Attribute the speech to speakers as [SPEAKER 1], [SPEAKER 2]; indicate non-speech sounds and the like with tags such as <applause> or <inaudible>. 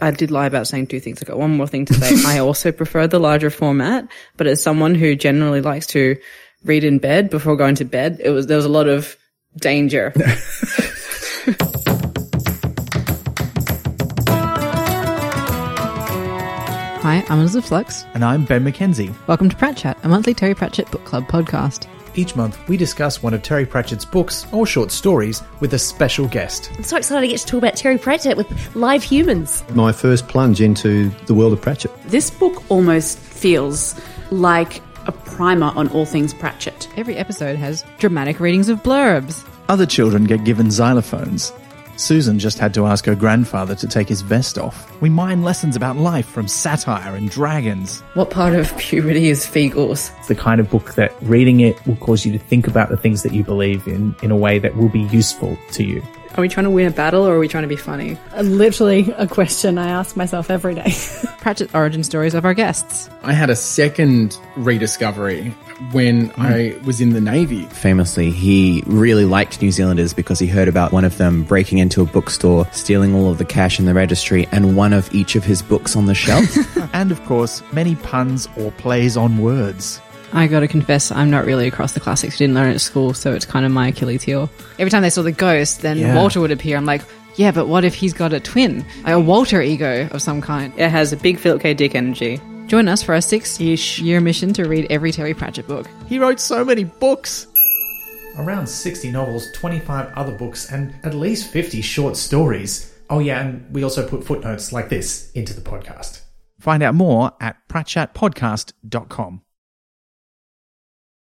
[SPEAKER 1] I did lie about saying two things. I've got one more thing to say. I also prefer the larger format, but as someone who generally likes to read in bed before going to bed, it was, there was a lot of danger.
[SPEAKER 2] Hi, I'm Elizabeth Flux.
[SPEAKER 3] And I'm Ben McKenzie.
[SPEAKER 2] Welcome to Pratt Chat, a monthly Terry Pratchett book club podcast.
[SPEAKER 3] Each month, we discuss one of Terry Pratchett's books or short stories with a special guest.
[SPEAKER 4] I'm so excited to get to talk about Terry Pratchett with live humans.
[SPEAKER 5] my first plunge into the world of Pratchett.
[SPEAKER 6] This book almost feels like a primer on all things Pratchett.
[SPEAKER 2] Every episode has dramatic readings of blurbs.
[SPEAKER 7] Other children get given xylophones. Susan just had to ask her grandfather to take his vest off. We mine lessons about life from satire and dragons.
[SPEAKER 1] What part of puberty is fegals?
[SPEAKER 8] It's the kind of book that reading it will cause you to think about the things that you believe in in a way that will be useful to you.
[SPEAKER 1] Are we trying to win a battle or are we trying to be funny?
[SPEAKER 9] Uh, Literally a question I ask myself every day. <laughs>
[SPEAKER 2] Pratchett origin stories of our guests.
[SPEAKER 10] I had a second rediscovery when
[SPEAKER 7] Hmm.
[SPEAKER 10] I was in the Navy.
[SPEAKER 11] Famously, he really liked New Zealanders because he heard about one of them breaking into a bookstore, stealing all of the cash in the registry, and one of each of his books on the shelf.
[SPEAKER 7] and of course, many puns or plays on words.
[SPEAKER 2] I gotta confess, I'm not really across the classics. I didn't learn it at school, so it's kind of my Achilles heel. Every time they saw the ghost, then Walter would appear. I'm like, yeah, but what if he's got a twin? A Walter ego of some kind.
[SPEAKER 1] It has a big Philip K. Dick energy.
[SPEAKER 2] Join us for our six ish year mission to read every Terry Pratchett book.
[SPEAKER 3] He wrote so many books. Around 60 novels, 25 other books, and at least 50 short stories. Oh, yeah, and we also put footnotes like this into the podcast.
[SPEAKER 7] Find out more at pratchattpodcast.com.